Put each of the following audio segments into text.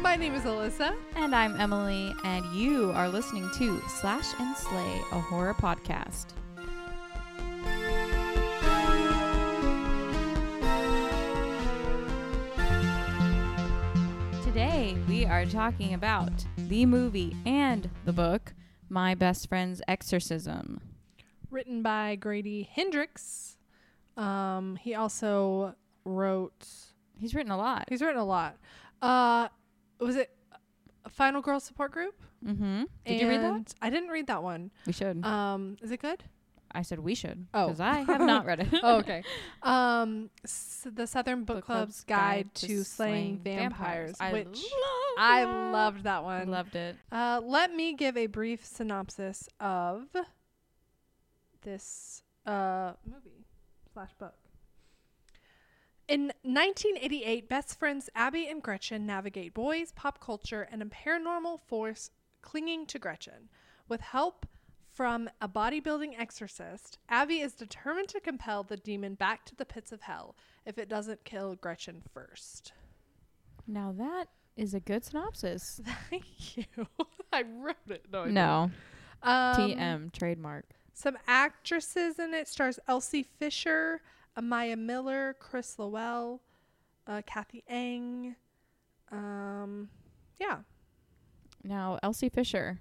My name is Alyssa. And I'm Emily, and you are listening to Slash and Slay, a horror podcast. Today, we are talking about the movie and the book, My Best Friend's Exorcism. Written by Grady Hendrix. Um, he also wrote. He's written a lot. He's written a lot. Uh, was it a Final Girl Support Group? Mm-hmm. Did you read that? And- I didn't read that one. We should. Um, is it good? I said we should. oh. Because I have not read it. Oh, okay. um, s- the Southern Book, Club's Guide, to, Slaying, Vampires, which I that. loved that one. Loved it. Uh, let me give a brief synopsis of this uh, movie slash book. In 1988, best friends Abby and Gretchen navigate boys, pop culture, and a paranormal force clinging to Gretchen. With help from a bodybuilding exorcist, Abby is determined to compel the demon back to the pits of hell if it doesn't kill Gretchen first. Now that is a good synopsis. Thank you. I wrote it. No, I No, didn't. Um, TM trademark. Some actresses in it stars Elsie Fisher, Amaya Miller, Chris Lowell, uh, Kathy Eng. Um, yeah, Now Elsie Fisher,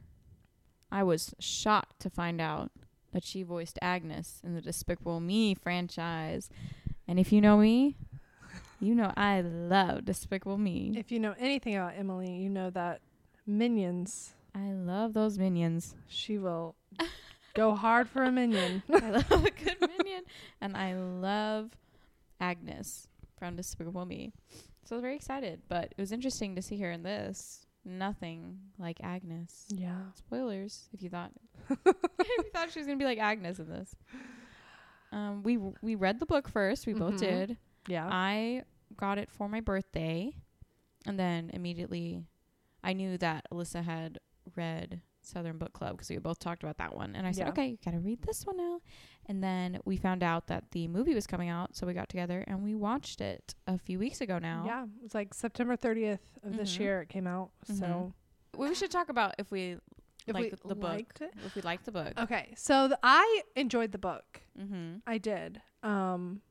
I was shocked to find out that she voiced Agnes in the Despicable Me franchise. And if you know me, you know I love Despicable Me. if you know anything about Emily, you know that Minions. I love those minions. She will go hard for a minion. I love a good minion, and I love Agnes from Despicable Me. So I was very excited, but it was interesting to see her in this. Nothing like Agnes. yeah. Spoilers, if you thought if you thought she was gonna be like Agnes in this. Um, we we read the book first. We both Mhm. did. Yeah. I got it for my birthday, and then immediately, I knew that Alyssa had read Southern Book Club because we both talked about that one. And I said, Yeah. okay, you gotta read this one now. And then we found out that the movie was coming out, so we got together and we watched it a few weeks ago now. Yeah. It was like September 30th of this Mhm. year it came out. So We we should talk about if we If we like the book, liked it? if we like the book. okay. So the, I enjoyed the book. Mm-hmm. I did. Um,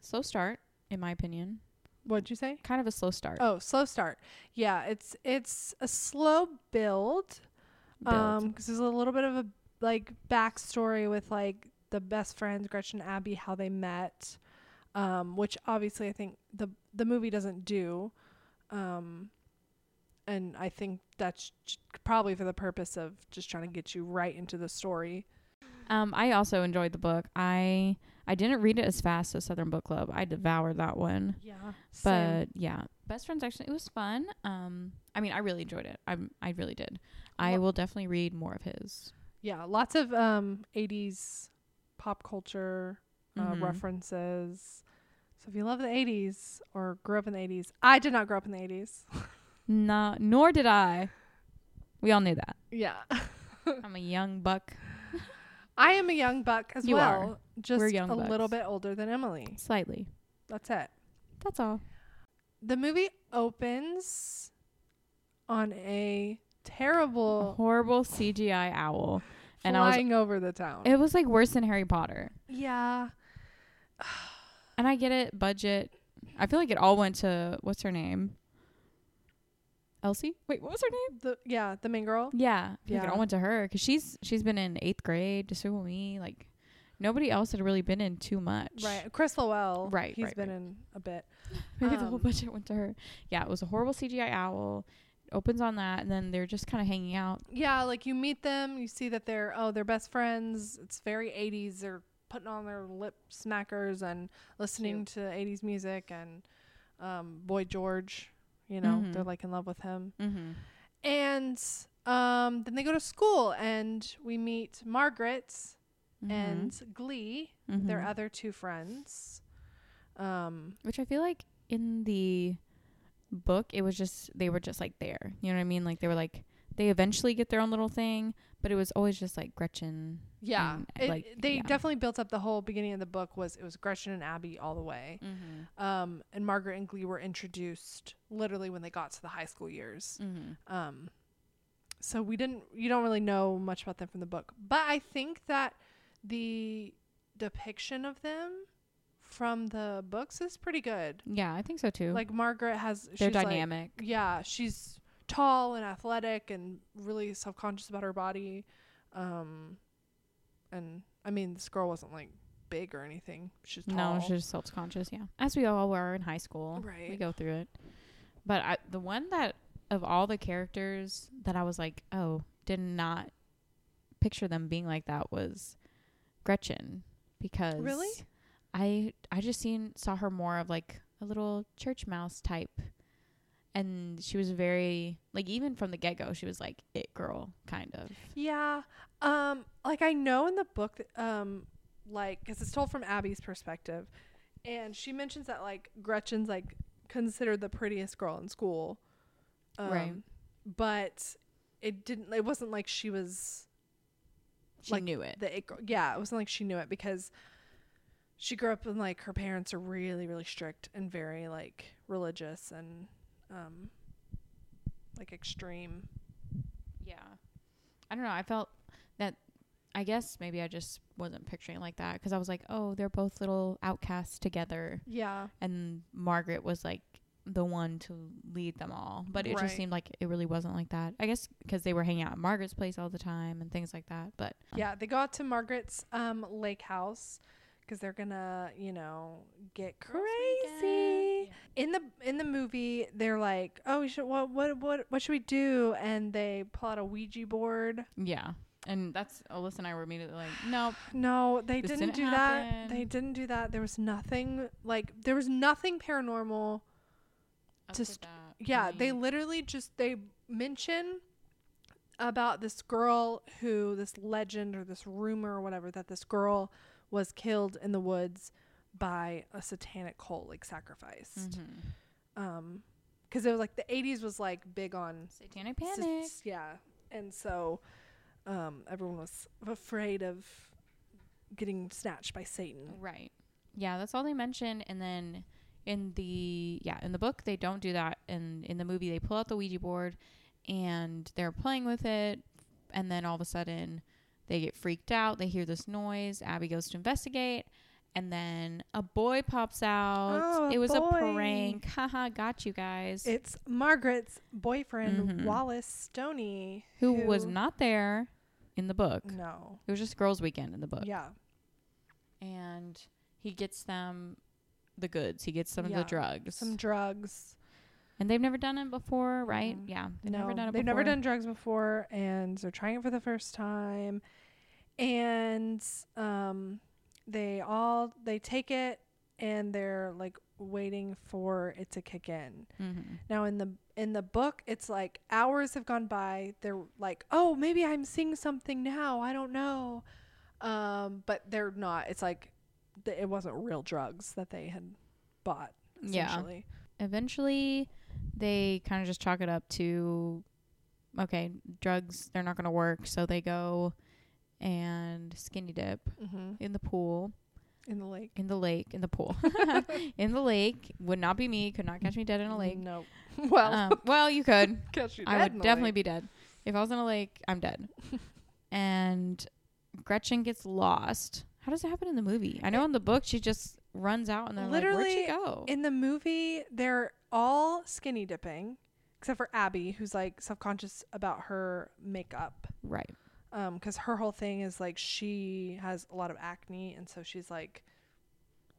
Slow start, in my opinion. what'd you say? Kind of a slow start. Oh, slow start. Yeah, it's it's a slow build. build. Um, because there's a little bit of a like backstory with like the best friends Gretchen and Abby how they met, um, which obviously I think the the movie doesn't do, um, and I think that's j- probably for the purpose of just trying to get you right into the story. Um, I also enjoyed the book. I I didn't read it as fast as Southern Book Club. I devoured that one. Yeah, But yeah, Best Friends actually it was fun. Um, I mean, I really enjoyed it. I I really did. I Well- will definitely read more of his. yeah, lots of um 80s pop culture uh, Mhm. references. So if you love the 80s or grew up in the 80s, I did not grow up in the 80s. No, nor did I. We all knew that. Yeah. I'm a young buck. I am a young buck as You well. are. Just young a little bucks. bit older than Emily. Slightly. That's it. That's all. The movie opens on a A terrible horrible CGI owl. and I was- flying over the town. It was like worse than Harry Potter. yeah. And I get it, budget. I feel like it all went to what's her name? Elsie? Wait, what was her name? The yeah, the main girl. Yeah, I think it Yeah. all went to her because she's she's been in eighth grade, Despicable Me. Like nobody else had really been in too much. Right. Chris Lowell. Right, He's right, been right. in a bit. Maybe the whole Um, budget went to her. Yeah, it was a horrible CGI owl. It opens on that, and then they're just kind of hanging out. yeah, like you meet them, you see that they're oh they're best friends. It's very 80s. They're putting on their lip smackers and listening to 80s music and um, Boy George. You know Mhm. they're like in love with him. Mm-hmm. And um, then they go to school and we meet Margaret Mm-hmm. and Glee, their other two friends. Um, which I feel like in the book it was just they were just like there. You know what I mean? Like they were like They eventually get their own little thing, but it was always just like Gretchen. Yeah, And, it, like, they yeah. definitely built up the whole beginning of the book was it was Gretchen and Abby all the way, Mm-hmm. um, and Margaret and Glee were introduced literally when they got to the high school years. Mm-hmm. Um, so we didn't, you don't really know much about them from the book, but I think that the depiction of them from the books is pretty good. Yeah, I think so too. Like Margaret has, They're she's like- dynamic. yeah, she's tall and athletic and really self conscious about her body. Um, and I mean, this girl wasn't like big or anything. She's tall. no, she's just self conscious. Yeah, as we all were in high school. We Right. go through it. But I, the one that of all the characters that I was like, oh, did not picture them being like that was Gretchen because I I just seen saw her more of like a little church mouse type. And she was very like even from the get go, she was like it girl kind of. Yeah. Um, like I know in the book, th- um, like, 'cause it's told from Abby's perspective, and she mentions that like Gretchen's like considered the prettiest girl in school. Right. Um, But it didn't. It wasn't like she was. She Like, knew it. the it girl. Yeah, it wasn't like she knew it because she grew up in like her parents are really really strict and very like religious and um like extreme. Yeah. I don't know. I felt that I guess maybe I just wasn't picturing it like that because I was like, oh, they're both little outcasts together. Yeah. And Margaret was like the one to lead them all. But it Right. just seemed like it really wasn't like that. I guess because they were hanging out at Margaret's place all the time and things like that. But Yeah, they go out to Margaret's um lake house cuz they're going to, you know, get Girls' crazy. weekend. In the in the movie, they're like, "Oh, we should what what what what should we do?" and they pull out a Ouija board. yeah. And that's Alyssa and I were immediately like, nope. No, they This didn't, didn't do that. happen. They didn't do that. There was nothing like there was nothing paranormal. up Just- with that. Yeah, We- they literally just they mention about this girl who this legend or this rumor or whatever that this girl was killed in the woods by a satanic cult like sacrificed. Mhm. Um 'cause Um cuz it was like the 80s was like big on satanic s- panic. s- yeah. And so um everyone was afraid of getting snatched by Satan. Right. Yeah, that's all they mention. And then in the yeah, in the book they don't do that. And in the movie they pull out the Ouija board and they're playing with it and then all of a sudden they get freaked out, they hear this noise, Abby goes to investigate, and then a boy pops out. Oh, a it was a boy. prank. Haha, got you guys. It's Margaret's boyfriend, Mhm. Wallace Stoney, who, was not there in the book. No. It was just girls' weekend in the book. Yeah. And he gets them the goods. He gets some of Yeah. the drugs. Some drugs. And they've never done it before, right? Mm. Yeah. They've no, never done it they've before. never done drugs before, and they're trying it for the first time. And um, they all they take it, and they're like waiting for it to kick in. Mhm. Now in the in the book, it's like hours have gone by. They're like, "Oh, maybe I'm seeing something now. I don't know," um, but they're not. It's like th- it wasn't real drugs that they had bought. Yeah. Essentially. Eventually, they kind of just chalk it up to okay, drugs, they're not going to work. So they go and skinny dip hmm in the pool, in the lake. in the lake, in the pool, in the lake. Would not be me. Could not catch me dead in a lake. No. Well, Um, well, you could. catch you I dead would in the definitely lake. be dead. If I was in a lake, I'm dead. and Gretchen gets lost. How does it happen in the movie? I know in the book she just runs out and they're Literally, like, "Where'd she go?" in the movie. They're all skinny dipping, except for Abby, who's like subconscious about her makeup. right. um because her whole thing is like she has a lot of acne and so she's like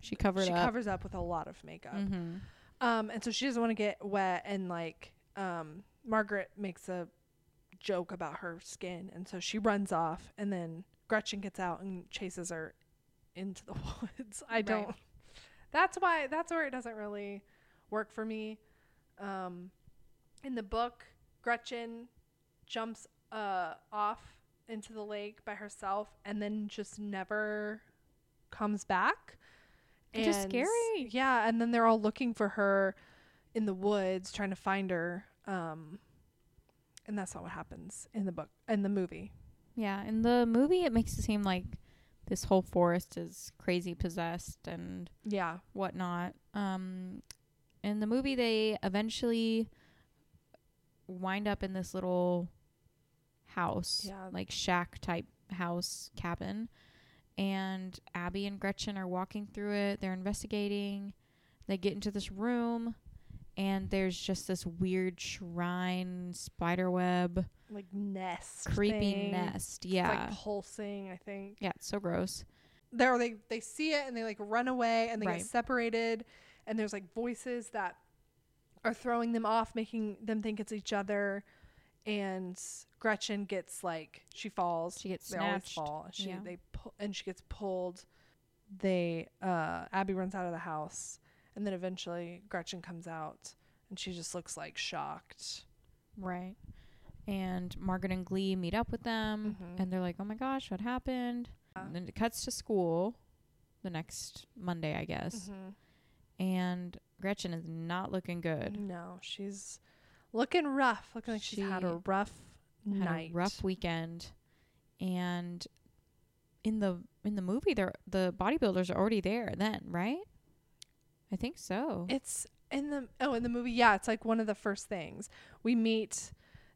She covered she up. covers up with a lot of makeup mm-hmm. um and so she doesn't want to get wet and like um margaret makes a joke about her skin and so she runs off and then gretchen gets out and chases her into the woods i Right. don't that's why that's where it doesn't really work for me um in the book gretchen jumps uh off into the lake by herself and then just never comes back Which is And- scary. yeah and then they're all looking for her in the woods trying to find her um and that's not what happens in the book in the movie. Yeah, in the movie, it makes it seem like this whole forest is crazy possessed and Yeah, whatnot. Um, in the movie, they eventually wind up in this little house, Yeah. like shack type house cabin. And Abby and Gretchen are walking through it. They're investigating. They get into this room, and there's just this weird shrine, spider web, like nest, creepy thing. nest. It's, Yeah. like pulsing. I think yeah, it's so gross. there they they see it and they like run away and they Right. get separated and there's like voices that are throwing them off making them think it's each other and gretchen gets like she falls She gets they always snatched. fall she yeah. they pull and she gets pulled they uh abby runs out of the house and then eventually gretchen comes out and she just looks like shocked Right. And Margaret and Glee meet up with them Mhm. and they're like, oh my gosh, what happened? Yeah. And then it cuts to school the next Monday, I guess. And Gretchen is not looking good. no she's looking rough looking like she's had a She rough Had night a rough weekend. And in the in the movie they're the bodybuilders are already there then, right? I think so. It's in the oh in the movie. Yeah, it's like one of the first things we meet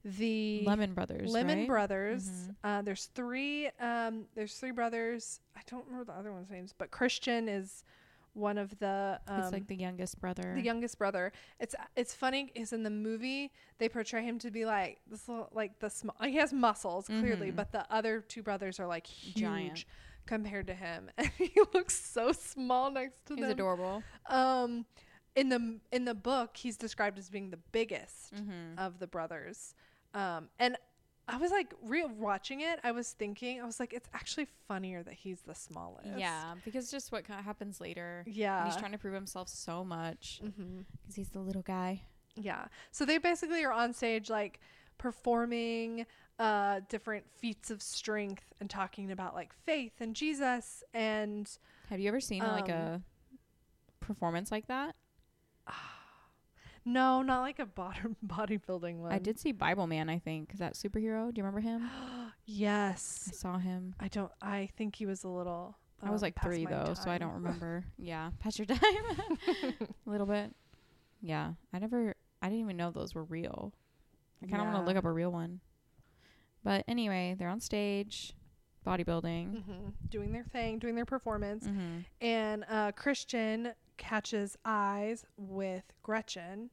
the Lemon Brothers. Lemon right? Brothers. Mhm. Uh, there's three. Um, there's three brothers. I don't remember the other one's names, but Christian is one of the. Um, It's like the youngest brother. the youngest brother. It's it's funny is in the movie they portray him to be like this little like the small. He has muscles clearly, Mhm. but the other two brothers are like huge Giant. compared to him, and he looks so small next to He's them. adorable. Um, in the in the book, he's described as being the biggest Mm-hmm. of the brothers. Um, and I was like re watching it. I was thinking, I was like, it's actually funnier that he's the smallest. Yeah, because just what kind happens later. And yeah, He's trying to prove himself so much hmm because he's the little guy. yeah. So they basically are on stage like performing uh different feats of strength and talking about like faith and Jesus and Have you ever seen like a Um, performance like that? no, not like a bod- bodybuilding one. I did see Bible Man. I think is that superhero. Do you remember him? I yes. saw him. I don't. I think he was a little. I was um, like past three my though, so I time. don't remember. yeah, past your time a little bit. Yeah, I never. I didn't even know those were real. I kind of want Yeah. to look up a real one. But anyway, they're on stage, bodybuilding. Mhm. Doing their thing, doing their performance, Mm-hmm. and uh, Christian catches eyes with Gretchen,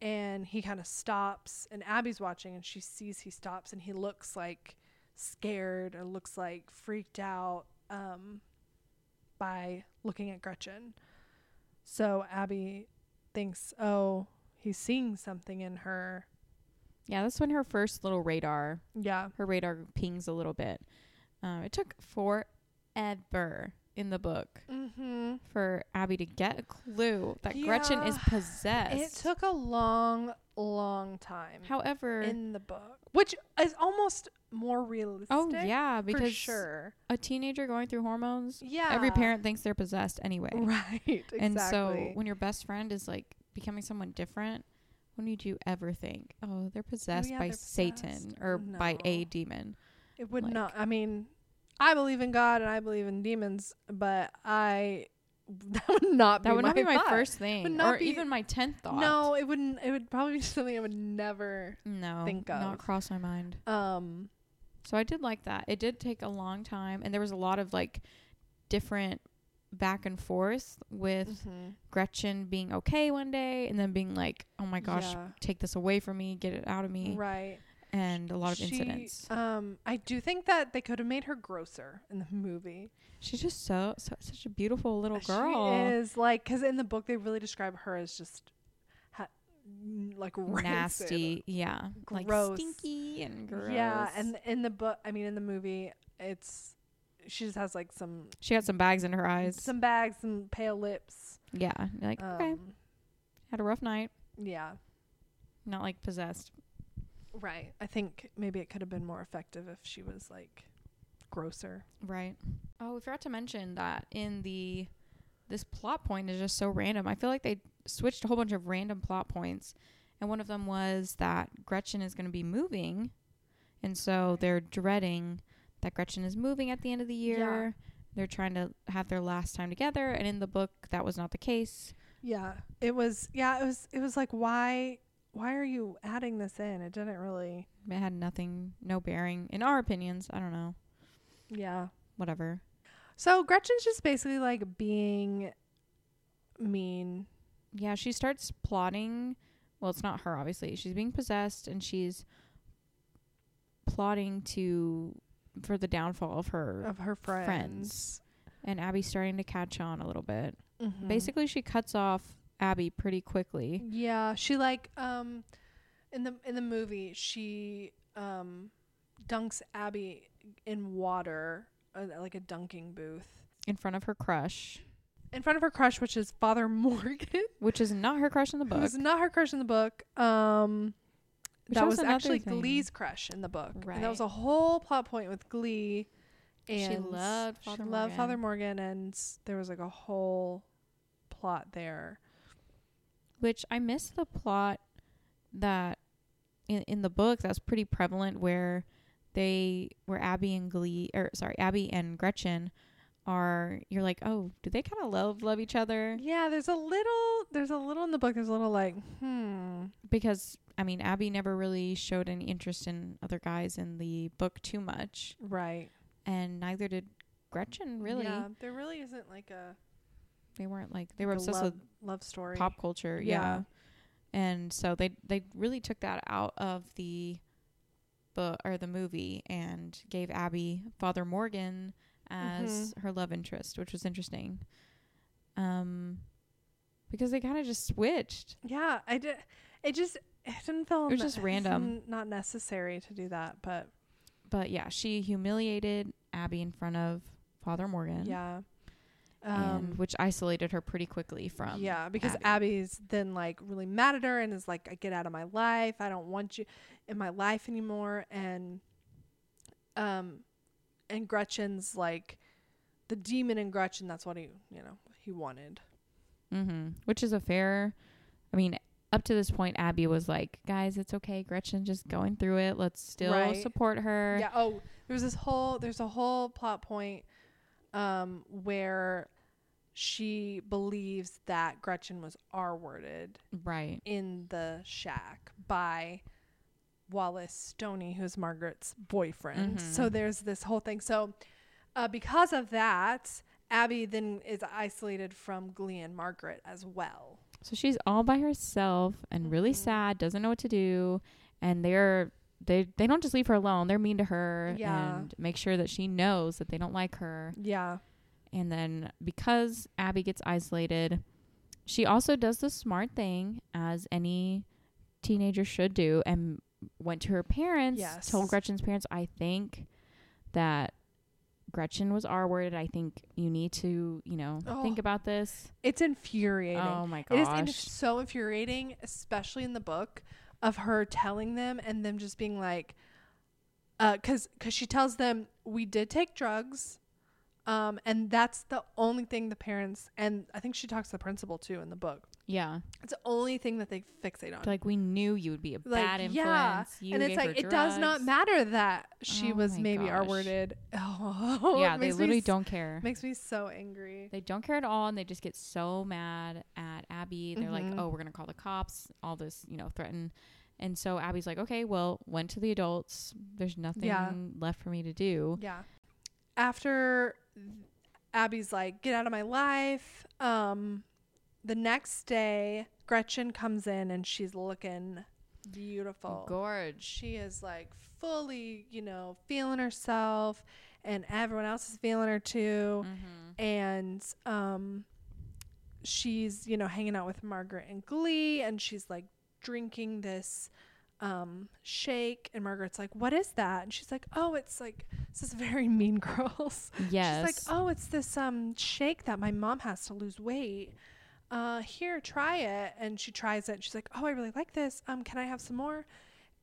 and he kind of stops, and Abby's watching, and she sees he stops, and he looks like scared or looks like freaked out um, by looking at Gretchen. So Abby thinks, oh, he's seeing something in her. Yeah, that's when her first little radar Yeah. her radar pings a little bit. Um, it took forever in the book Mm-hmm. for Abby to get a clue that Gretchen is Yeah. It possessed. took a long, long time. However, in the book, which is almost more realistic. oh yeah, because for sure. a teenager going through hormones, Yeah, every parent thinks they're possessed anyway. right? Exactly. And so when your best friend is like becoming someone different, when did you ever think, oh, they're possessed yeah, by they're Satan possessed. Oh, or by a No. demon? it would like- not. I mean, I believe in God and I believe in demons, but I that would not. That be would not be my thought. first thing, not or be- even my tenth thought. No, it wouldn't. It would probably be something I would never. no, think not of. cross my mind. Um. So I did like that. It did take a long time, and there was a lot of like different back and forth with Mm-hmm. Gretchen being okay one day, and then being like, "Oh my gosh, Yeah. take this away from me, get it out of me," Right. and a lot of She- incidents. Um. I do think that they could have made her grosser in the movie. She's just so, so such a beautiful little She Oh, girl. is like because in the book they really describe her as just ha- n- like rancid. Nasty, yeah, Gross. like stinky and gross. Yeah, and in the book, I mean, in the movie, it's she just has like some she had some bags in her eyes. some bags, some pale lips. yeah, you're like Um, okay, had a rough night. Yeah, Not like possessed. right. I think maybe it could have been more effective if she was like grosser. Right. Oh, we forgot to mention that in the this plot point is just so random. I feel like they switched a whole bunch of random plot points And one of them was that Gretchen is going to be moving. And so they're dreading that Gretchen is moving at the end of the Yeah. year. They're trying to have their last time together. And in the book, that was not the case. Yeah. It was yeah, it was it was like why why are you adding this in? It didn't really It had nothing, no bearing, in our opinions. I don't know. Yeah. Whatever. So Gretchen's just basically like being mean. Yeah, she starts plotting. Well, it's not her, obviously. She's being possessed and she's plotting to for the downfall of her of her friends. friends. and Abby's starting to catch on a little bit. Mhm. Basically, she cuts off Abby pretty quickly. Yeah, she like um in the in the movie she um dunks Abby in water uh, like a dunking booth in front of her crush, in front of her crush which is Father Morgan which is not her crush in the book. who's not her crush in the book. Um Which that was was another actually thing. Glee's crush in the book. And that Right. was a whole plot point with Glee. She And loved she Father loved Father Morgan. Morgan, and s- there was like a whole plot there. which I miss the plot that in, in the book that's pretty prevalent where they where Abby and Glee or sorry, Abby and Gretchen are you're like, "Oh, do they kind of love love each other?" Yeah, there's a little, there's a little in the book. There's a little like, hmm, Because I mean, Abby never really showed any interest in other guys in the book too much, right? and neither did Gretchen really. Yeah, there really isn't like a They weren't like they were a obsessed love, with love story. pop culture Yeah. yeah. and so they they really took that out of the book or the movie and gave abby father morgan as Mm-hmm. her love interest which was interesting um because they kind of just switched Yeah, I did. It just, it didn't feel. It was ne- just random. n- Not necessary to do that, but but yeah she humiliated abby in front of father morgan yeah. Um, and which isolated her pretty quickly from yeah because Abby. abby's then like really mad at her and is like "I get out of my life i don't want you in my life anymore and um and gretchen's like the demon in gretchen that's what he you know he wanted Mm-hmm. Which is a fair. I mean, up to this point, Abby was like, "Guys, it's okay. Gretchen just going through it. Let's still Right. support her." yeah oh there's this whole there's a whole plot point um where she believes that gretchen was r-worded Right. in the shack by Wallace Stoney, who's Margaret's boyfriend. So there's this whole thing. So uh, because of that, Abby then is isolated from Glee and Margaret as well. So she's all by herself and really Mhm. sad. Doesn't know what to do, and they're they they don't just leave her alone. They're mean to her Yeah. and make sure that she knows that they don't like her. Yeah. And then because Abby gets isolated, she also does the smart thing as any teenager should do and went to her parents, Yes. told Gretchen's parents, I think that Gretchen was R worded. I think you need to, you know, Oh. think about this. It's infuriating. Oh my it is gosh. inf- so infuriating, especially in the book, of her telling them and them just being like, because cause she tells them, we did take drugs. Um, and that's the only thing the parents, and I think she talks to the principal too in the book. yeah. It's the only thing that they fixate on. Like we knew you would be a Like, bad influence. yeah. You and it's gave her like, it does not drugs. matter that she Oh was my maybe gosh. R worded. Oh, it Yeah, they makes me literally s- don't care. Makes me so angry. They don't care at all, and they just get so mad at Abby. They're Mhm. like, "Oh, we're gonna call the cops." All this, you know, threaten. And so Abby's like, "Okay, well, went to the adults. There's nothing Yeah. left for me to do." Yeah. After Abby's like, get out of my life. Um, the next day, Gretchen comes in and she's looking beautiful. Gorge. She is like fully, you know, feeling herself, and everyone else is feeling her too. And um, she's, you know, hanging out with Margaret and Glee, and she's like drinking this um shake and Margaret's like what is that and she's like oh it's like this is very mean girls Yes. She's like, oh, it's this um shake that my mom has to lose weight. Uh, here, try it. And she tries it. And she's like, oh, I really like this. Um, can I have some more?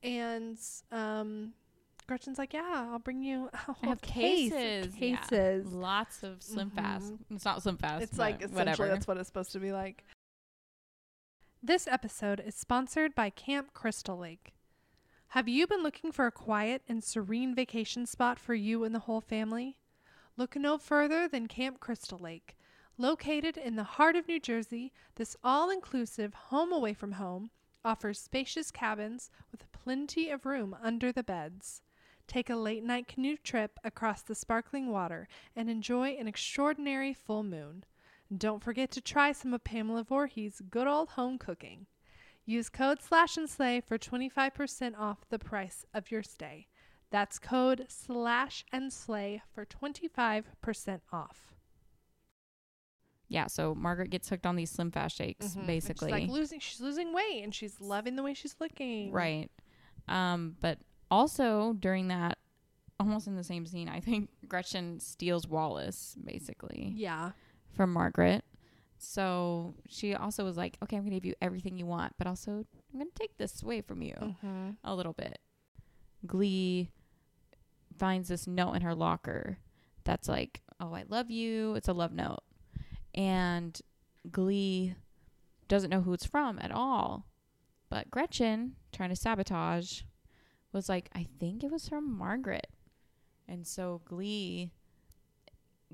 And um, Gretchen's like, yeah, I'll bring you. I'll I have case- cases. Yeah. Cases. Lots of Slim Fast. Mhm. It's not Slim Fast. It's like essentially whatever. that's what it's supposed to be like. This episode is sponsored by Camp Crystal Lake. Have you been looking for a quiet and serene vacation spot for you and the whole family? Look no further than Camp Crystal Lake. Located in the heart of New Jersey, this all inclusive home away from home offers spacious cabins with plenty of room under the beds. Take a late night canoe trip across the sparkling water and enjoy an extraordinary full moon. Don't forget to try some of Pamela Voorhees' good old home cooking. Use code slash and slay for 25% off the price of your stay. That's code slash and slay for 25% off. Yeah, so Margaret gets hooked on these slim fast shakes, Mhm. And basically. She's like losing she's losing weight and she's loving the way she's looking. Right. Um, but also during that, almost in the same scene, I think Gretchen steals Wallace basically Yeah. from Margaret. So she also was like, okay, I'm going to give you everything you want, but also I'm going to take this away from you Mm-hmm. a little bit. Glee finds this note in her locker that's like, oh, I love you. It's a love note. And Glee doesn't know who it's from at all. But Gretchen, trying to sabotage, was like, I think it was from Margaret. And so Glee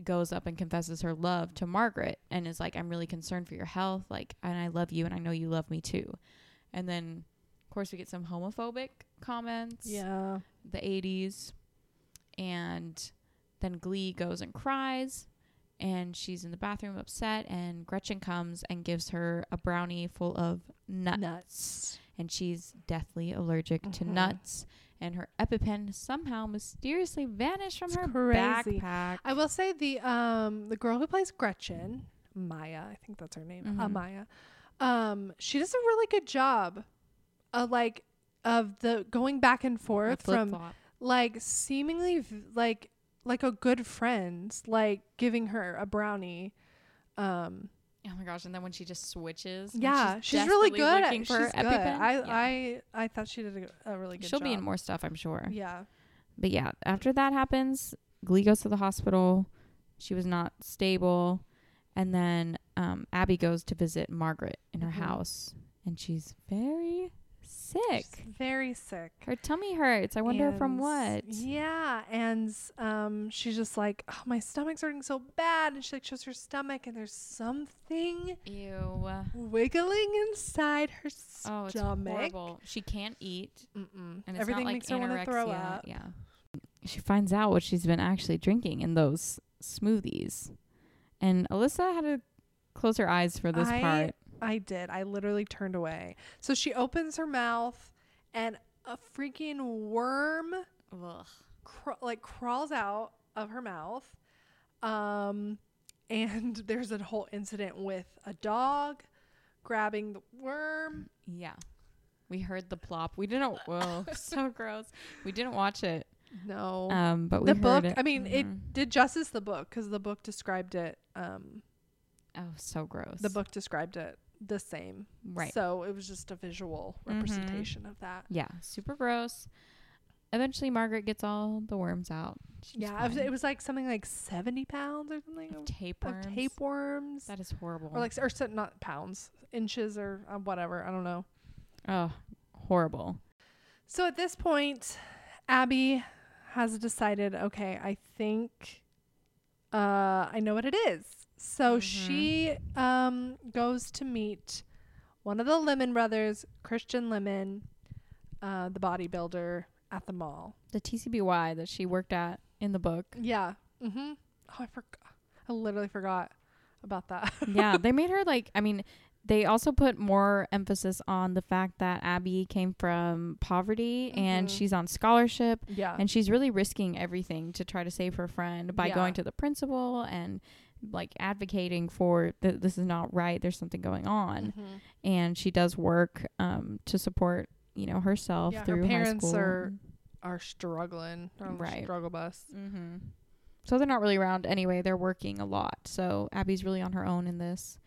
goes up and confesses her love to Margaret and is like, I'm really concerned for your health. Like, and I love you and I know you love me too. And then, of course, we get some homophobic comments Yeah. the 80s. And then Glee goes and cries, and she's in the bathroom upset. And Gretchen comes and gives her a brownie full of nuts. Nuts. And she's deathly allergic to Mhm. nuts. And her EpiPen somehow mysteriously vanished from It's her crazy. backpack. I will say the um the girl who plays Gretchen, Maya, I think that's her name, uh, Mhm. Maya. Um, she does a really good job, uh, like of the going back and The forth from flip-flop. like seemingly v- like like a good friend, like giving her a brownie. Um, Oh my gosh! And then when she just switches, and yeah, she's, really desperately good. At, looking she's for her good. EpiPen. I Yeah. I I thought she did a, g- a really good. she'll job. be in more stuff, I'm sure. Yeah. But yeah, after that happens, Glee goes to the hospital. She was not stable. And then um, Abby goes to visit Margaret in her Mhm. house. And she's very sick. She's very sick. her tummy hurts. I wonder from And- what. Yeah, and um, she's just like, oh, my stomach's hurting so bad, and she like shows her stomach, and there's something Ew. wiggling inside her Oh, stomach. it's horrible. She can't eat. Mm-mm. And it's Everything not like makes her want to throw anorexia. up. Yeah. She finds out what she's been actually drinking in those smoothies. And Alyssa had to close her eyes for this I- part. I did. I literally turned away. So she opens her mouth, and a freaking worm cr- like crawls out of her mouth. Um, and there's a whole incident with a dog grabbing the worm. Yeah. We heard the plop. We didn't whoa, so gross. We didn't watch it. No. Um but we Oh, the heard book, it. I mean, Mhm. it did justice the book because the book described it. Um, Oh, so gross. the book described it the same. Right. So it was just a visual Mhm. representation of that. yeah, super gross. Eventually Margaret gets all the worms out. She's yeah, it was, fine. it was like something like seventy pounds or something of, tapeworms. of tapeworms, That is horrible. or like or so- not pounds, inches or uh, whatever. I don't know. oh, horrible. So at this point, Abby has decided, okay, I think uh, I know what it is. So Mhm. she um, goes to meet one of the Lemon brothers, Christian Lemon, uh, the bodybuilder at the mall. The TCBY that she worked at in the book. Yeah. Mm-hmm. Oh, I forgot. I literally forgot about that. yeah, they made her like I mean, they also put more emphasis on the fact that Abby came from poverty and Mhm. she's on scholarship yeah. and she's really risking everything to try to save her friend by Uh, Yeah. going to the principal and like advocating for that this is not right there's something going on Mhm. and she does work um to support you know herself Yeah, her through parents high school are- Are struggling. They're on the Right. Struggle bus. mm-hmm. so they're not really around anyway they're working a lot so abby's really on her own in this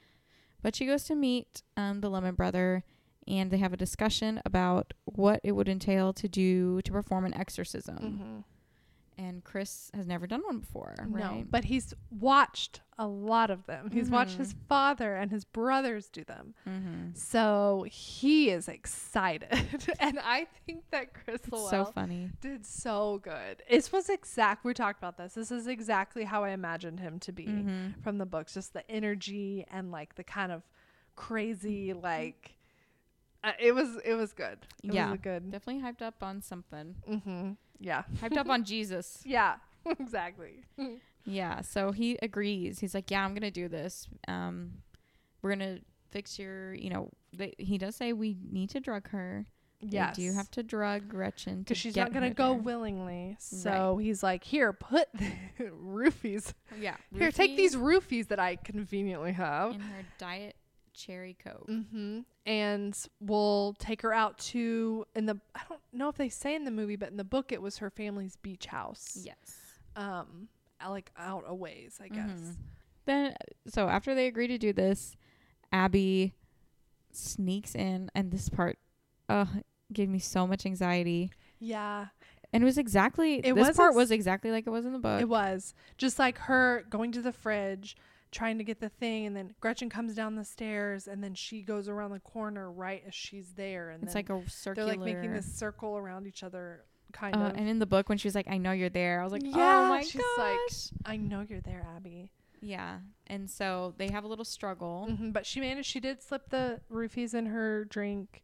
but she goes to meet um the lemon brother and they have a discussion about what it would entail to do to perform an exorcism Mm-hmm. and Chris has never done one before, right? No, but he's watched a lot of them. He's watched his father and his brothers do them. mm-hmm. So he is excited. and I think that Chris It's Lowell so funny. did so good. This was exact we talked about this. This is exactly how I imagined him to be Mhm. from the books. Just the energy and like the kind of crazy like uh, it was it was good. It Yeah. was a good. Definitely hyped up on something. Mhm. Yeah. Hyped up on Jesus. Yeah. exactly. Yeah, so he agrees. He's like, "Yeah, I'm gonna do this. Um, we're gonna fix your, you know." They, he does say we need to drug her. Yes. do you have to drug Gretchen to because she's get not gonna her go there. willingly. So he's like, "Here, put the roofies. yeah, Here, take Roofies these roofies that I conveniently have, in her diet cherry coke. hmm and we'll take her out to in the. I don't know if they say in the movie, but in the book, it was her family's beach house. Yes. Um, uh, like out a ways, I guess. Mhm. Then, so after they agree to do this, Abby sneaks in, and this part, uh, gave me so much anxiety. Yeah, And it was exactly It this was part ex- was exactly like it was in the book. it was just like her going to the fridge. Trying to get the thing, and then Gretchen comes down the stairs, and then she goes around the corner right as she's there, and it's then like a circular. They're like making this circle around each other, kind Uh, of. and in the book, when she was like, "I know you're there," I was like, "Oh Yeah, my she's like, gosh!" I know you're there, Abby. yeah, and so they have a little struggle. hmm But she managed. She did slip the roofies in her drink,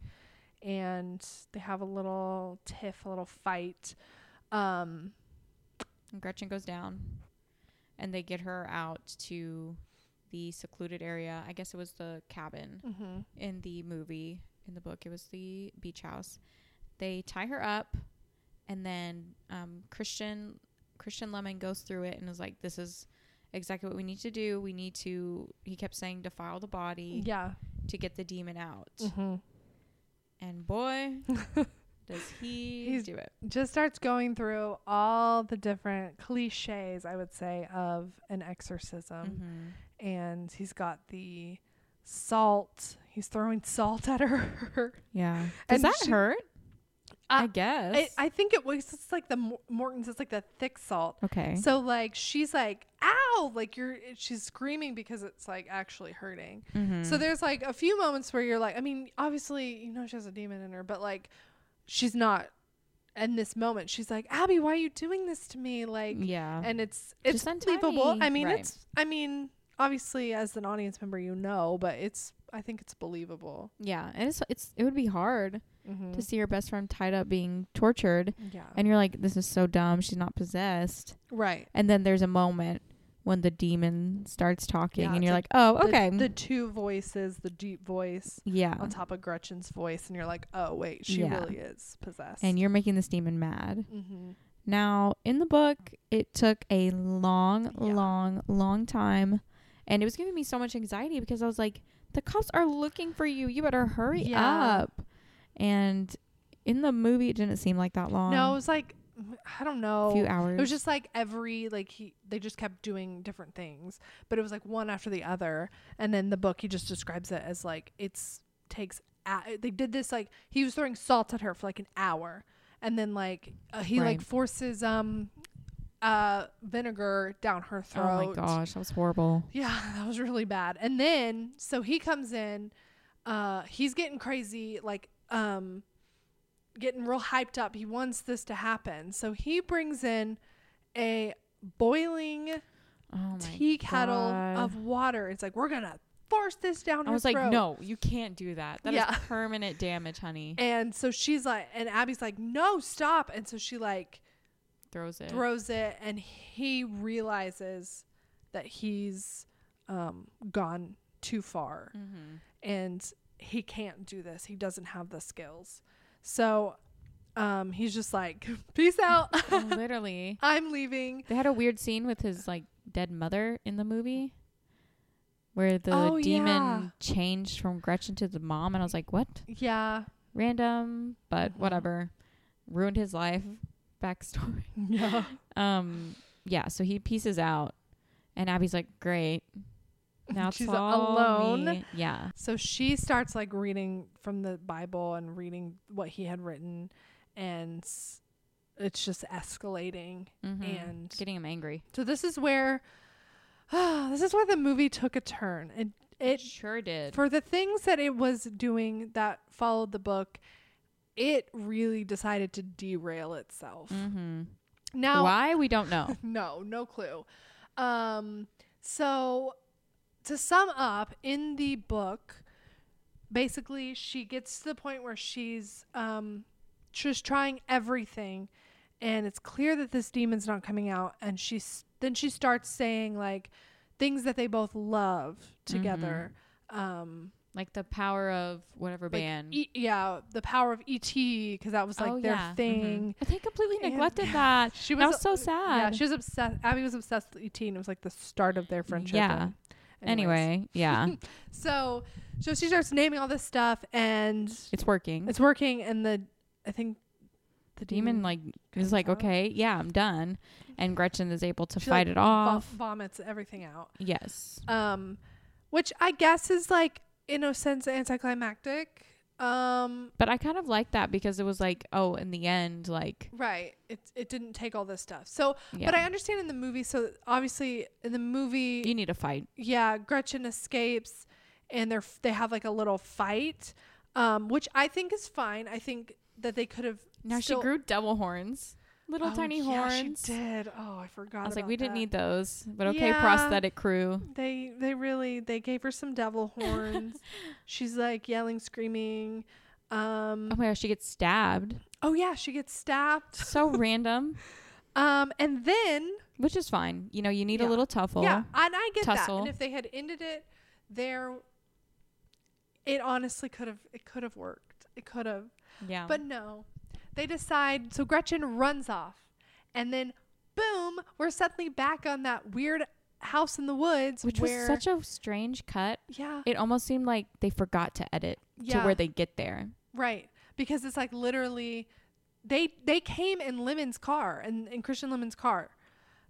and they have a little tiff, a little fight. Um, And Gretchen goes down, and they get her out to the secluded area. I guess it was the cabin mhm. in the movie. In the book, it was the beach house. They tie her up, and then um, Christian Christian Lemon goes through it and is like, "This is." Exactly what we need to do. We need to. He kept saying defile the body Yeah. to get the demon out. hmm And boy, does he He's- do it. Just starts going through all the different cliches, I would say, of an exorcism. Mm-hmm. And he's got the salt. He's throwing salt at her. Yeah. Does And that she- hurt? I Uh, guess. I, I think it was it's like the Mor- Mortons. It's like the thick salt. okay. So like she's like ow, like you're she's screaming because it's like actually hurting. Mm-hmm. Mm. So there's like a few moments where you're like, I mean, obviously you know she has a demon in her, but like she's not in this moment. She's like, Abby, why are you doing this to me? Like, yeah. and it's it's Just untie believable. me. I mean, Right. it's I mean, obviously as an audience member you know, but it's I think it's believable. yeah. And it's, it's it would be hard Mm-hmm. to see your best friend tied up being tortured, Yeah. and you're like, this is so dumb. She's not possessed. right. And then there's a moment when the demon starts talking, Yeah, and it's you're like like, oh, The- okay. the two voices, the deep voice. yeah. on top of Gretchen's voice, and you're like, oh wait, she Yeah. really is possessed. And you're making this demon mad. mm-hmm. Now, in the book, it took a long, Yeah. long, long time. And it was giving me so much anxiety because I was like, the cops are looking for you. You better hurry Yeah. up. And in the movie, it didn't seem like that long. no, it was like mm, I don't know. a Um, few hours. It was just like every like he they just kept doing different things, but it was like one after the other. And then the book he just describes it as like it's takes. A- they did this like he was throwing salt at her for like an hour, and then like uh, he like Right. forces um uh vinegar down her oh throat. my gosh, that was horrible. Yeah, that was really bad. And then so he comes in, uh, he's getting crazy, like um getting real hyped up. He wants this to happen. So he brings in a boiling Oh my tea kettle God. of water. It's like we're gonna force this down I her was like, throat." no, you can't do that. That is Yeah. permanent damage, honey. And so she's like and Abby's like, No, stop. And so she like Throws it. throws it and he realizes that he's um gone too far. mm-hmm. and he can't do this. He doesn't have the skills. So um, he's just like, peace out. Literally. I'm leaving. They had a weird scene with his like dead mother in the movie where the Oh, demon yeah. changed from Gretchen to the mom and I was like, "What? Yeah. Random, but Mhm. whatever." Ruined his life backstory. Yeah. Um yeah, so he pieces out and Abby's like, "Great. Now it's She's all alone. me." Yeah. So she starts like reading from the Bible and reading what he had written and s- it's just escalating Mhm. and Getting him angry. so this is where this is where the movie took a turn. It It it sure did. for the things that it was doing that followed the book, it really decided to derail itself. mm-hmm. Now Why we don't know. no, no clue. Um, so to sum up, in the book, basically she gets to the point where she's um, she's trying everything, and it's clear that this demon's not coming out, and she's then she starts saying like things that they both love together. Mm-hmm. Um, like the power of whatever like band. E- yeah, the power of ET because that was like Oh, their yeah. Mhm. thing. But They completely And- neglected that. She that was so yeah, sad. she was obsessed. Abby was obsessed with ET, and it was like the start of their friendship. Yeah. and- anyways. anyway, yeah, so so she starts naming all this stuff, and it's working. it's mm. working. And the I think the the demon like is comes like, out. okay, yeah, I'm done, and Gretchen is able to She, fight like, it off. vom- vomits everything out. yes, Um, which I guess is like in a sense anticlimactic. Um, but I kind of like that because it was like, oh, in the end, like, right. It it didn't take all this stuff. So, yeah, but I understand in the movie. So obviously in the movie, you need a fight. yeah, Gretchen escapes, and they're f- they have like a little fight, um, which I think is fine. I think that they could have Now still- she grew devil horns, little Oh, tiny yeah, horns. She did. Oh, I forgot. I was like, about we didn't that. need those, but okay, Yeah. prosthetic crew. They they really they gave her some devil horns. She's like yelling, screaming. Um. Oh my gosh, she gets stabbed. Oh yeah, she gets stabbed. So random, Um, and then which is fine. You know, you need Yeah. a little tuffle. yeah, and I get that. tussle. And if they had ended it there, it honestly could have it could have worked. It could have. yeah. But no, they decide. So Gretchen runs off, and then boom, we're suddenly back on that weird house in the woods, which where, was such a strange cut. yeah, It almost seemed like they forgot to edit yeah, to where they get there. right because it's like literally, they they came in Lemon's car and in, Christian Lemon's car,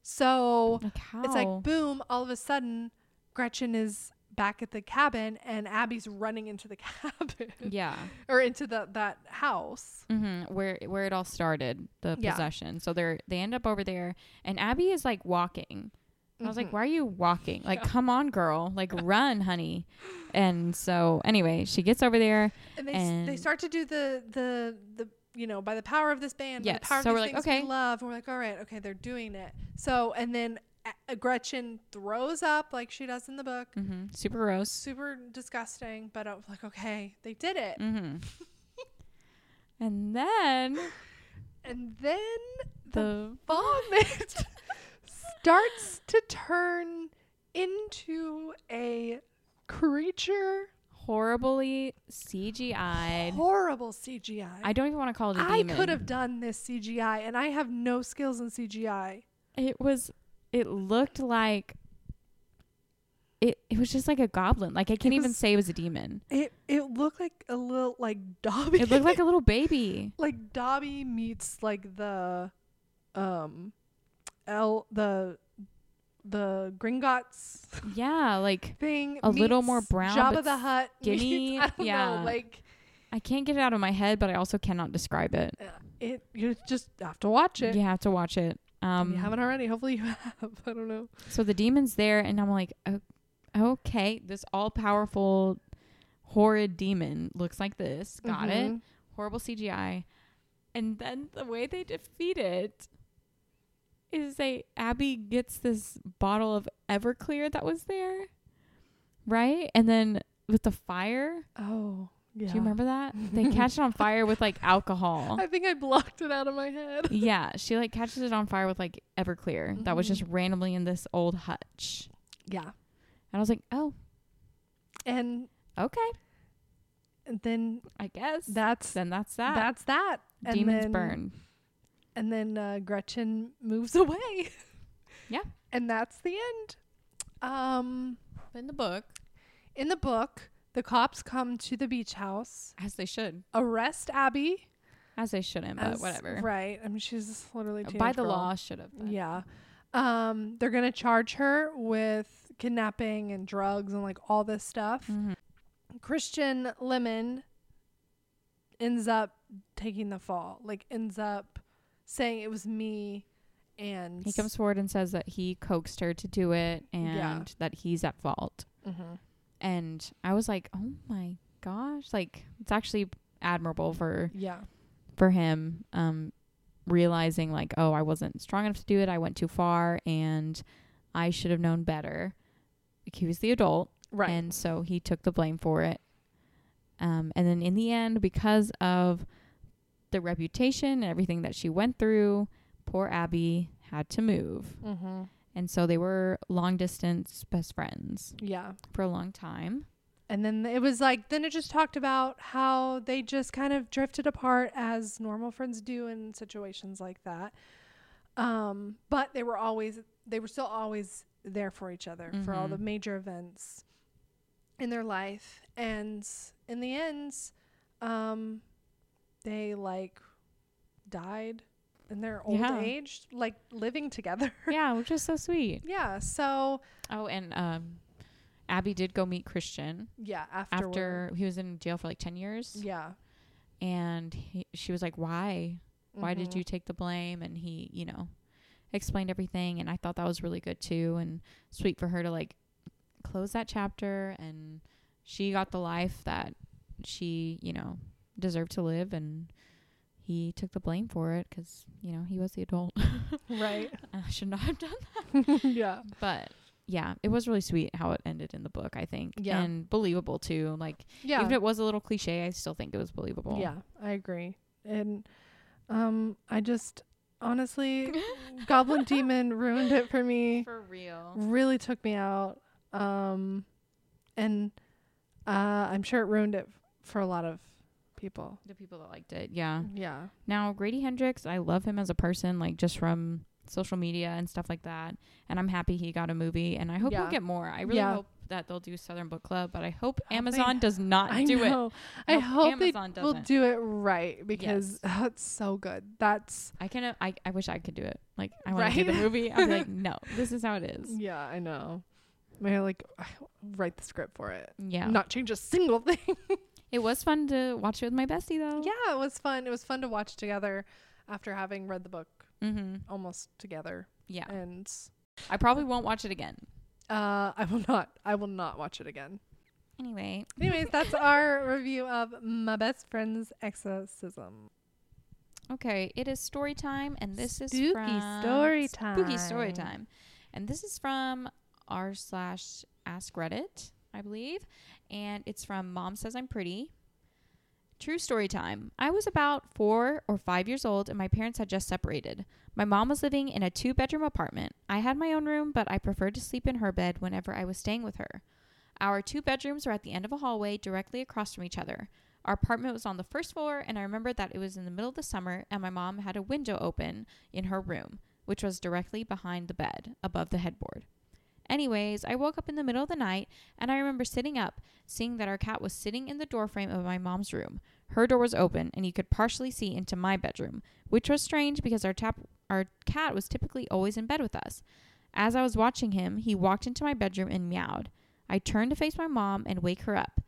so Like how? it's like boom, all of a sudden, Gretchen is back at the cabin and Abby's running into the cabin yeah, or into the that house. hmm where where it all started, the Yeah. possession. So they're they end up over there, and Abby is like walking. I was Mhm. like, why are you walking? Like, come on, girl, like run, honey. And so anyway, she gets over there. and they s they and- start to do the the the you know by the power of this band, by Yes. the power So of we're these like, things okay. we love, and we're like, all right, okay, they're doing it. So and then uh, Gretchen throws up like she does in the book, hmm super gross. Mm-hmm. super disgusting, but I'm like, okay, they did it. hmm and then And then the the vomit starts to turn into a creature, horribly CGI'd. horrible CGI. I don't even want to call it a I demon. could have done this CGI, and I have no skills in CGI. It was. It looked like. It, it was just like a goblin. Like I can't even was- say it was a demon. It it looked like a little like Dobby. It looked like a little baby. like Dobby meets like the, um, L the, the Gringotts Yeah, like thing. A little meets more brown, Jabba but the Hutt. meets- skinny. I don't Yeah. know, like I can't get it out of my head, but I also cannot describe it. uh, it. You just have to watch it. You have to watch it. If you Um, haven't already. Hopefully you have. I don't know. so the demon's there, and I'm like, "O- okay, this all powerful, horrid demon looks like this. Got it. Mhm. Horrible CGI. And then the way they defeat it is they Abby gets this bottle of Everclear that was there, right? And then with the fire, Oh yeah. do you remember that they catch it on fire with like alcohol? I think I blocked it out of my head. yeah, she like catches it on fire with like Everclear that was Mhm. just randomly in this old hutch. Yeah. And I was like, oh, And okay, and then I guess. that's then that's that. that's that. And Demons then- burn. And then uh, Gretchen moves away. Yeah. And that's the end. Um, In the book, in the book, the cops come to the beach house, as they should, arrest Abby. as they shouldn't, but as- whatever. Uh, Right. I mean, she's literally a By teenage the girl. law, should have. but- Yeah. Um, they're gonna charge her with kidnapping and drugs and like all this stuff. Mhm. Christian Lemon ends up taking the fall. Like ends up saying it was me and He comes forward and says that he coaxed her to do it and Yeah. that he's at fault. Mhm. And I was like, "Oh my gosh, like it's actually admirable for yeah for him um realizing like, "Oh, I wasn't strong enough to do it. I went too far and I should have known better." Like, he was the adult right and so he took the blame for it. Um, and then in the end, because of the reputation and everything that she went through, poor Abby had to move. mm-hmm. And so they were long distance best friends yeah for a long time. and then it was like then it just talked about how they just kind of drifted apart as normal friends do in situations like that um but they were always they were still always there for each other for all Mhm. the major events in their life and in the end um they like died in their old Yeah. age like living together yeah, which is so sweet. yeah so Oh, and um, Abby did go meet Christian yeah after after he was in jail for like 10 years. yeah And he, she was like, Why? Why did Mhm. you take the blame? And he, you know, explained everything. And I thought that was really good too. And sweet for her to like close that chapter. And she got the life that she, you know, deserved to live. And he took the blame for it because, you know, he was the adult. right I should not have done yeah that. But yeah, it was really sweet how it ended in the book, I think. Yeah. And believable too. Like, yeah even if it was a little cliche, I still think it was believable. Yeah, I agree. And um I just honestly Goblin Demon ruined it for me. For real. Really took me out. Um and uh I'm sure it ruined it for a lot of people. The people that liked it. Yeah. Yeah. Now, Grady Hendrix, I love him as a person, like just from social media and stuff like that. And I'm happy he got a movie, and I hope Yeah. we'll get more. I really Yeah. hope that they'll do Southern Book Club, but I hope they- Amazon does not I Uh, do it. know. I hope they Amazon will doesn't. do it right because that's so good. That's I can. I, I wish I could do it. Like I want to do the Right? movie. I'm like, no, this is how it is. yeah, I know. May I like write the script for it. Yeah. Not change a single thing. It was fun to watch it with my bestie though. Yeah, it was fun. It was fun to watch together after having read the book Mm-hmm. almost together. Yeah. And I probably won't watch it again. uh, I will not. I will not watch it again. Anyway. Anyways, that's our review of My Best Friend's Exorcism. Okay, it is story time, and this Spooky is from story Spooky story time. time, and this is from r slash ask Reddit, I believe, and it's from Mom Says I'm Pretty. True story time. I was about four or five years old, and my parents had just separated. My mom was living in a two bedroom apartment. I had my own room, but I preferred to sleep in her bed whenever I was staying with her. Our two bedrooms were at the end of a hallway directly across from each other. Our apartment was on the first floor, and I remember that it was in the middle of the summer, and my mom had a window open in her room, which was directly behind the bed, above the headboard. Anyways, I woke up in the middle of the night, and I remember sitting up, seeing that our cat was sitting in the doorframe of my mom's room. Her door was open, and you could partially see into my bedroom, which was strange because our, tap- our cat was typically always in bed with us. As I was watching him, he walked into my bedroom and meowed. I turned to face my mom and wake her up.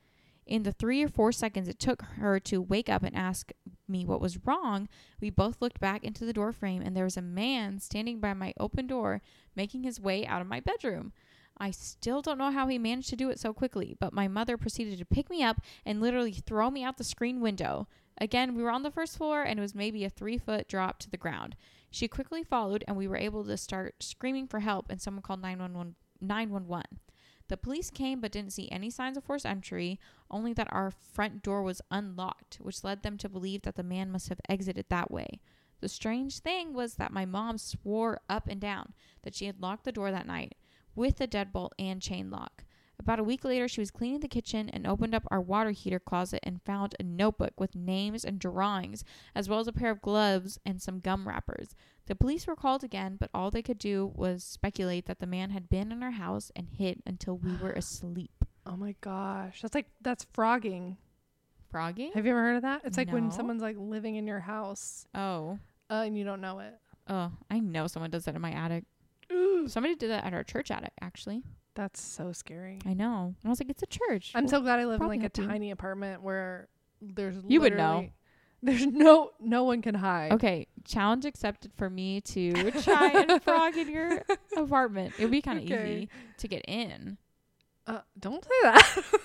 In the three or four seconds it took her to wake up and ask me what was wrong, we both looked back into the door frame and there was a man standing by my open door making his way out of my bedroom. I still don't know how he managed to do it so quickly, but my mother proceeded to pick me up and literally throw me out the screen window. Again, we were on the first floor and it was maybe a three foot drop to the ground. She quickly followed and we were able to start screaming for help and someone called 911. 911. The police came but didn't see any signs of forced entry, only that our front door was unlocked, which led them to believe that the man must have exited that way. The strange thing was that my mom swore up and down that she had locked the door that night with a deadbolt and chain lock. About a week later, she was cleaning the kitchen and opened up our water heater closet and found a notebook with names and drawings, as well as a pair of gloves and some gum wrappers. The police were called again, but all they could do was speculate that the man had been in our house and hid until we were asleep. Oh my gosh. That's like, that's frogging. Frogging? Have you ever heard of that? It's like when No. someone's like living in your house Oh. uh, and you don't know it. Oh, I know someone does that in my attic. Ooh. Somebody did that at our church attic, actually. That's so scary. I know. And I was like, it's a church. I'm so glad I live in probably like a help you. tiny apartment where there's You would know. literally- There's no no one can hide. Okay, challenge accepted for me to try and frog in your apartment. It would be kind of Okay. easy to get in. Uh, don't say that.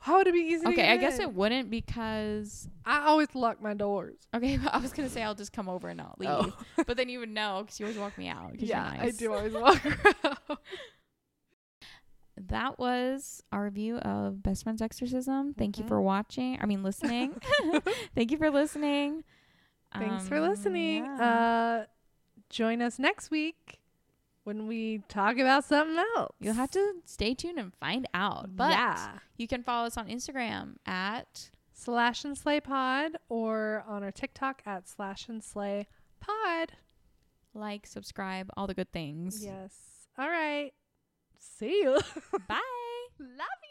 How would it be easy? to Okay, get I guess in? it wouldn't because I always lock my doors. okay, I was gonna say I'll just come over and not leave, Oh. but then you would know because you always walk me out. 'cause you're yeah, I nice. do always walk around. That was our review of Best Friends Exorcism. Thank you Mhm. for watching. I mean, listening. Thank you for listening. Thanks for Um, listening. yeah. Uh, join us next week when we talk about something else. You'll have to stay tuned and find out. But yeah. you can follow us on Instagram at Slash and Slay Pod or on our TikTok at Slash and Slay Pod. like, subscribe, all the good things. Yes. All right. See you. Bye. Love you.